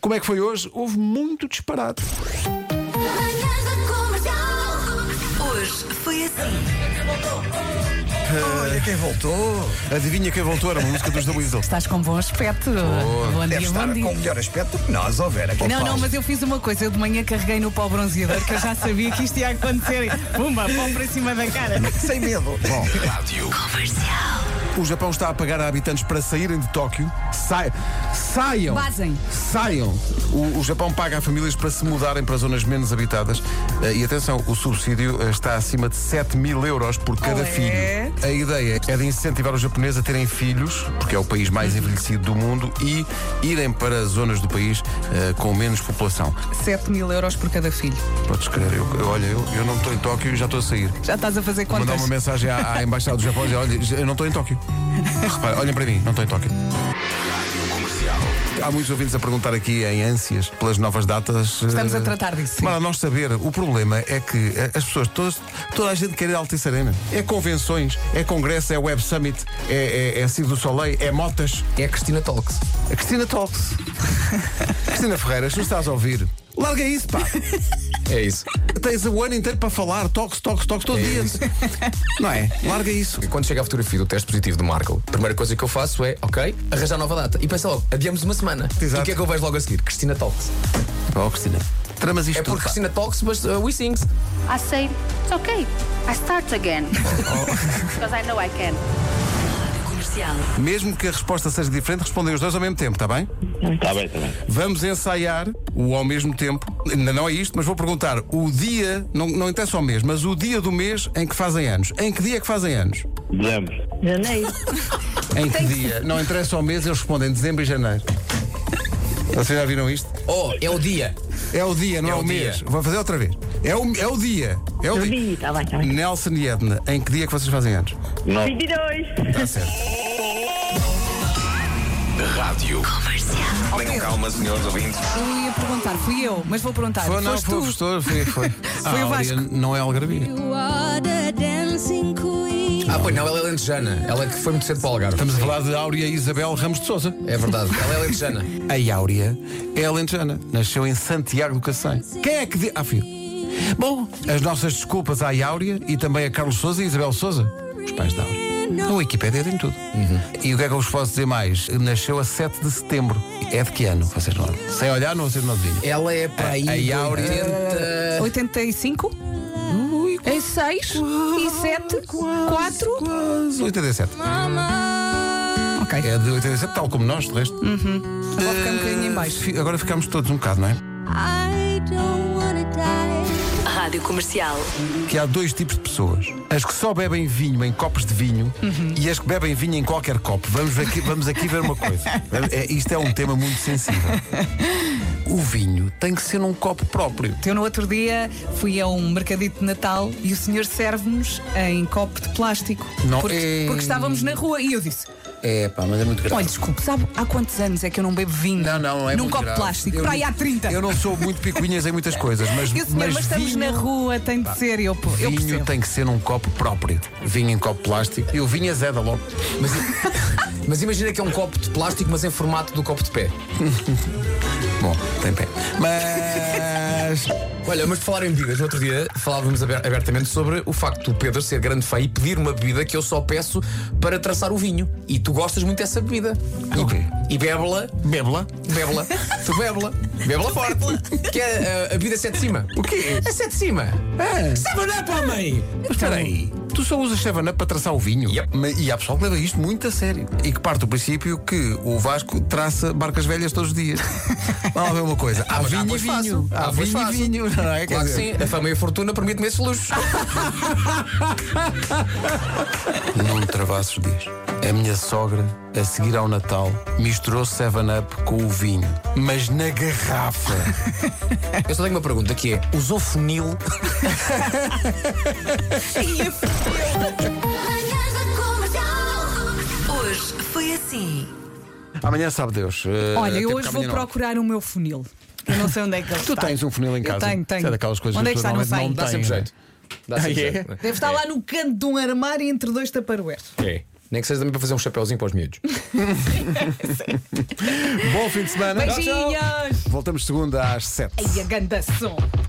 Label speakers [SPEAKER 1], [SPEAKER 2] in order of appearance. [SPEAKER 1] Como é que foi hoje? Houve muito disparate.
[SPEAKER 2] Manhãs da comercial.
[SPEAKER 3] Hoje foi assim.
[SPEAKER 4] Olha quem voltou.
[SPEAKER 5] Adivinha quem voltou? Era uma música dos The Weasel.
[SPEAKER 6] Estás com bom aspecto. bom
[SPEAKER 4] Deve
[SPEAKER 6] dia,
[SPEAKER 4] estar
[SPEAKER 6] bom dia.
[SPEAKER 4] com melhor aspecto do que nós, ó Vera. que
[SPEAKER 6] Não,
[SPEAKER 4] faz.
[SPEAKER 6] não, mas eu fiz uma coisa. Eu de manhã carreguei no pau bronzeador, que eu já sabia que isto ia acontecer. Pumba, pau para cima da cara.
[SPEAKER 4] Sem medo. Bom,
[SPEAKER 5] O Japão está a pagar a habitantes para saírem de Tóquio. Sai, saiam!
[SPEAKER 6] Vazem.
[SPEAKER 5] Saiam! O, o Japão paga a famílias para se mudarem para zonas menos habitadas. Eh, e atenção, o subsídio eh, está acima de 7 mil euros por cada
[SPEAKER 6] Olé.
[SPEAKER 5] filho. A ideia é de incentivar os japoneses a terem filhos, porque é o país mais envelhecido do mundo, e irem para zonas do país eh, com menos população.
[SPEAKER 6] 7 mil euros por cada filho.
[SPEAKER 5] Podes crer, eu, eu- olha, eu, eu não estou em Tóquio e já estou a sair.
[SPEAKER 6] Já estás a fazer
[SPEAKER 5] Mandar
[SPEAKER 6] contas.
[SPEAKER 5] uma mensagem à, à embaixada do Japão e dizer, olha, eu não estou em Tóquio. Repara, olhem para mim, não estou em Tóquio. Há muitos ouvintes a perguntar aqui em ânsias pelas novas datas.
[SPEAKER 6] Estamos
[SPEAKER 5] eh,
[SPEAKER 6] a tratar disso, sim.
[SPEAKER 5] Mas a nós saber, o problema é que eh, as pessoas, todas, toda a gente quer ir à Altice Arena. É convenções, é congresso, é Web Summit, é, é, é Ciro do Soleil, é motas.
[SPEAKER 4] é a Cristina Talks.
[SPEAKER 5] A Cristina Talks. Cristina Ferreira, se nos estás a ouvir, larga isso, pá.
[SPEAKER 4] É isso.
[SPEAKER 5] Tens o ano inteiro para falar, toques, toques, toques, todo
[SPEAKER 6] É
[SPEAKER 5] dia. Não é? Larga isso.
[SPEAKER 7] Quando chega a fotografia do teste positivo do Marco, a primeira coisa que eu faço é, ok, arranjar nova data. E pensa logo, adiamos uma semana.
[SPEAKER 5] Exato.
[SPEAKER 7] E o que é que eu vejo logo a seguir? Cristina Talks.
[SPEAKER 5] Ó, Cristina. Tramas isto
[SPEAKER 7] É
[SPEAKER 5] tudo,
[SPEAKER 7] por
[SPEAKER 5] pá.
[SPEAKER 7] Cristina Talks, mas uh, we sings.
[SPEAKER 8] I say, it's okay. I start again. Because I know I can.
[SPEAKER 3] Comercial.
[SPEAKER 5] Mesmo que a resposta seja diferente, respondem os dois ao mesmo tempo, está Tá bem?
[SPEAKER 9] Está bem, está bem.
[SPEAKER 5] Vamos ensaiar o ao mesmo tempo. Ainda não é isto, mas vou perguntar. O dia, não, não interessa o mês, mas o dia do mês em que fazem anos. Em que dia é que fazem anos?
[SPEAKER 9] Dezembro.
[SPEAKER 10] tá
[SPEAKER 5] Em que dia? Não interessa o mês, eles respondem dezembro e janeiro. Vocês já viram isto?
[SPEAKER 7] Oh, é o dia.
[SPEAKER 5] É o dia, não é,
[SPEAKER 7] É
[SPEAKER 5] o
[SPEAKER 7] o
[SPEAKER 5] mês.
[SPEAKER 7] dia.
[SPEAKER 5] Vou fazer outra vez. É o, é o dia. É o dia.
[SPEAKER 10] Está bem, está bem.
[SPEAKER 5] Nelson e Edna, em que dia é que vocês fazem anos?
[SPEAKER 10] 22.
[SPEAKER 5] Está certo.
[SPEAKER 4] Tenham calma, senhores ouvintes.
[SPEAKER 6] Eu ia perguntar, fui eu, mas vou perguntar.
[SPEAKER 5] Foi, não,
[SPEAKER 6] Ah, Foste
[SPEAKER 5] foi,
[SPEAKER 6] tu?
[SPEAKER 5] gostou, foi, foi.
[SPEAKER 6] Foi
[SPEAKER 5] Áurea
[SPEAKER 6] o Vasco.
[SPEAKER 5] Não é algarabia.
[SPEAKER 2] You are the dancing queen.
[SPEAKER 7] Ah, pois não, ela é lentejana. Ela é que foi muito cedo para o Algarve.
[SPEAKER 5] Estamos a falar de Áurea Isabel Ramos de Souza.
[SPEAKER 7] É verdade, ela é lentejana.
[SPEAKER 5] A Áurea é alentejana. Nasceu em Santiago do Cacém. Quem é que... di- Ah, filho. Bom, as nossas desculpas à Áurea e também a Carlos Souza e a Isabel Souza. Os pais da Áurea. Então, A Wikipédia tem tudo. E o que é que eu vos posso dizer mais? Nasceu a 7 de setembro. É de que ano? Vocês não... Sem olhar, não, vocês não adivinham.
[SPEAKER 7] Ela é para aí.
[SPEAKER 5] A Áurea-
[SPEAKER 7] 80.
[SPEAKER 6] 85? Em 6? E 7? 4?
[SPEAKER 5] Quase. 87.
[SPEAKER 6] Ok.
[SPEAKER 5] É de 87, tal como nós, de resto.
[SPEAKER 6] Vou ficar um bocadinho em baixo.
[SPEAKER 5] Fi- Agora ficamos todos um bocado, não é?
[SPEAKER 2] I don't wanna die.
[SPEAKER 3] Rádio Comercial.
[SPEAKER 5] que há dois tipos de pessoas. As que só bebem vinho em copos de vinho e as que bebem vinho em qualquer copo. Vamos aqui, vamos aqui ver uma coisa. É, isto é um tema muito sensível. O vinho tem que ser num copo próprio.
[SPEAKER 6] Eu no outro dia fui a um mercadito de Natal e o senhor serve-nos em copo de plástico.
[SPEAKER 5] Não,
[SPEAKER 6] porque,
[SPEAKER 5] é-
[SPEAKER 6] porque estávamos na rua e eu disse:
[SPEAKER 5] É, pá, mas é muito grave.
[SPEAKER 6] Olha, desculpe, sabe há quantos anos é que eu não bebo vinho?
[SPEAKER 5] Não, não, é
[SPEAKER 6] Num
[SPEAKER 5] muito
[SPEAKER 6] copo de
[SPEAKER 5] grave.
[SPEAKER 6] plástico,
[SPEAKER 5] Eu
[SPEAKER 6] para aí
[SPEAKER 5] não-
[SPEAKER 6] há 30.
[SPEAKER 5] Eu não sou muito picuinhas em muitas coisas, mas,
[SPEAKER 6] E o senhor, mas, estamos
[SPEAKER 5] vinho...
[SPEAKER 6] na rua, tem de ser. Eu, pô, eu
[SPEAKER 5] Vinho
[SPEAKER 6] percebo.
[SPEAKER 5] tem que ser num copo próprio. Vinho em copo plástico. E o vinho é Zé da Lobo.
[SPEAKER 7] Mas, mas imagina que é um copo de plástico, mas em formato do copo de pé.
[SPEAKER 5] Bom, tem pé. Mas.
[SPEAKER 7] Olha, mas de falar em bebidas, no outro dia falávamos aber- abertamente sobre o facto do Pedro ser grande fã e pedir uma bebida que eu só peço para traçar o vinho. E tu gostas muito dessa bebida. E-
[SPEAKER 5] O quê?
[SPEAKER 7] E bebe-la,
[SPEAKER 5] Bebla.
[SPEAKER 7] bebe-la, tu bebe-la, bebe-la forte. Que é a, a bebida sete de cima.
[SPEAKER 5] O quê?
[SPEAKER 7] A sete de cima.
[SPEAKER 5] Ah.
[SPEAKER 7] Seven up, homem!
[SPEAKER 5] Espera aí, tu só usas 7-Up para traçar o vinho.
[SPEAKER 7] Yep.
[SPEAKER 5] Ma- E há pessoal que leva isto muito a sério. E que parte do princípio que o Vasco traça barcas velhas todos os dias. Vamos lá ver uma coisa. Há
[SPEAKER 7] Ah, mas- ah,
[SPEAKER 5] vinho e
[SPEAKER 7] pois faço.
[SPEAKER 5] vinho.
[SPEAKER 7] Ah,
[SPEAKER 5] Há vinho
[SPEAKER 7] pois
[SPEAKER 5] e
[SPEAKER 7] faço.
[SPEAKER 5] vinho. Não é? Quer
[SPEAKER 7] Claro que
[SPEAKER 5] dizer,
[SPEAKER 7] sim, a fama e a fortuna permitem-me esses luxos.
[SPEAKER 5] Não me travasses diz. A minha sogra, a seguir ao Natal, misturou 7-Up com o vinho. Mas na garrafa.
[SPEAKER 7] Eu só tenho uma pergunta que é: usou funil?
[SPEAKER 2] Manhãs da comercial.
[SPEAKER 3] Hoje foi assim.
[SPEAKER 5] Amanhã sabe Deus. Eh,
[SPEAKER 6] Olha,
[SPEAKER 5] até
[SPEAKER 6] eu
[SPEAKER 5] porque
[SPEAKER 6] hoje vou
[SPEAKER 5] amanhã não há.
[SPEAKER 6] procurar o meu funil. Eu não sei onde é que ele
[SPEAKER 5] Tu
[SPEAKER 6] está.
[SPEAKER 5] tens um funil em
[SPEAKER 6] Eu
[SPEAKER 5] casa?
[SPEAKER 6] tenho, tenho.
[SPEAKER 5] Isso é daquelas coisas
[SPEAKER 6] onde é
[SPEAKER 5] que
[SPEAKER 6] que
[SPEAKER 5] as
[SPEAKER 6] está? Não
[SPEAKER 5] pessoas
[SPEAKER 6] sei.
[SPEAKER 5] normalmente
[SPEAKER 7] Dá sempre
[SPEAKER 5] Tem,
[SPEAKER 7] jeito. Dá sempre
[SPEAKER 5] Ah, é?
[SPEAKER 7] jeito.
[SPEAKER 6] Deve estar lá no canto de um armário entre dois taparoeiros.
[SPEAKER 7] É. Nem que seja também para fazer um chapéuzinho para os miúdos.
[SPEAKER 5] Bom fim de semana.
[SPEAKER 6] Beijinhos!
[SPEAKER 5] Voltamos segunda às sete.
[SPEAKER 6] Ai, a ganda som!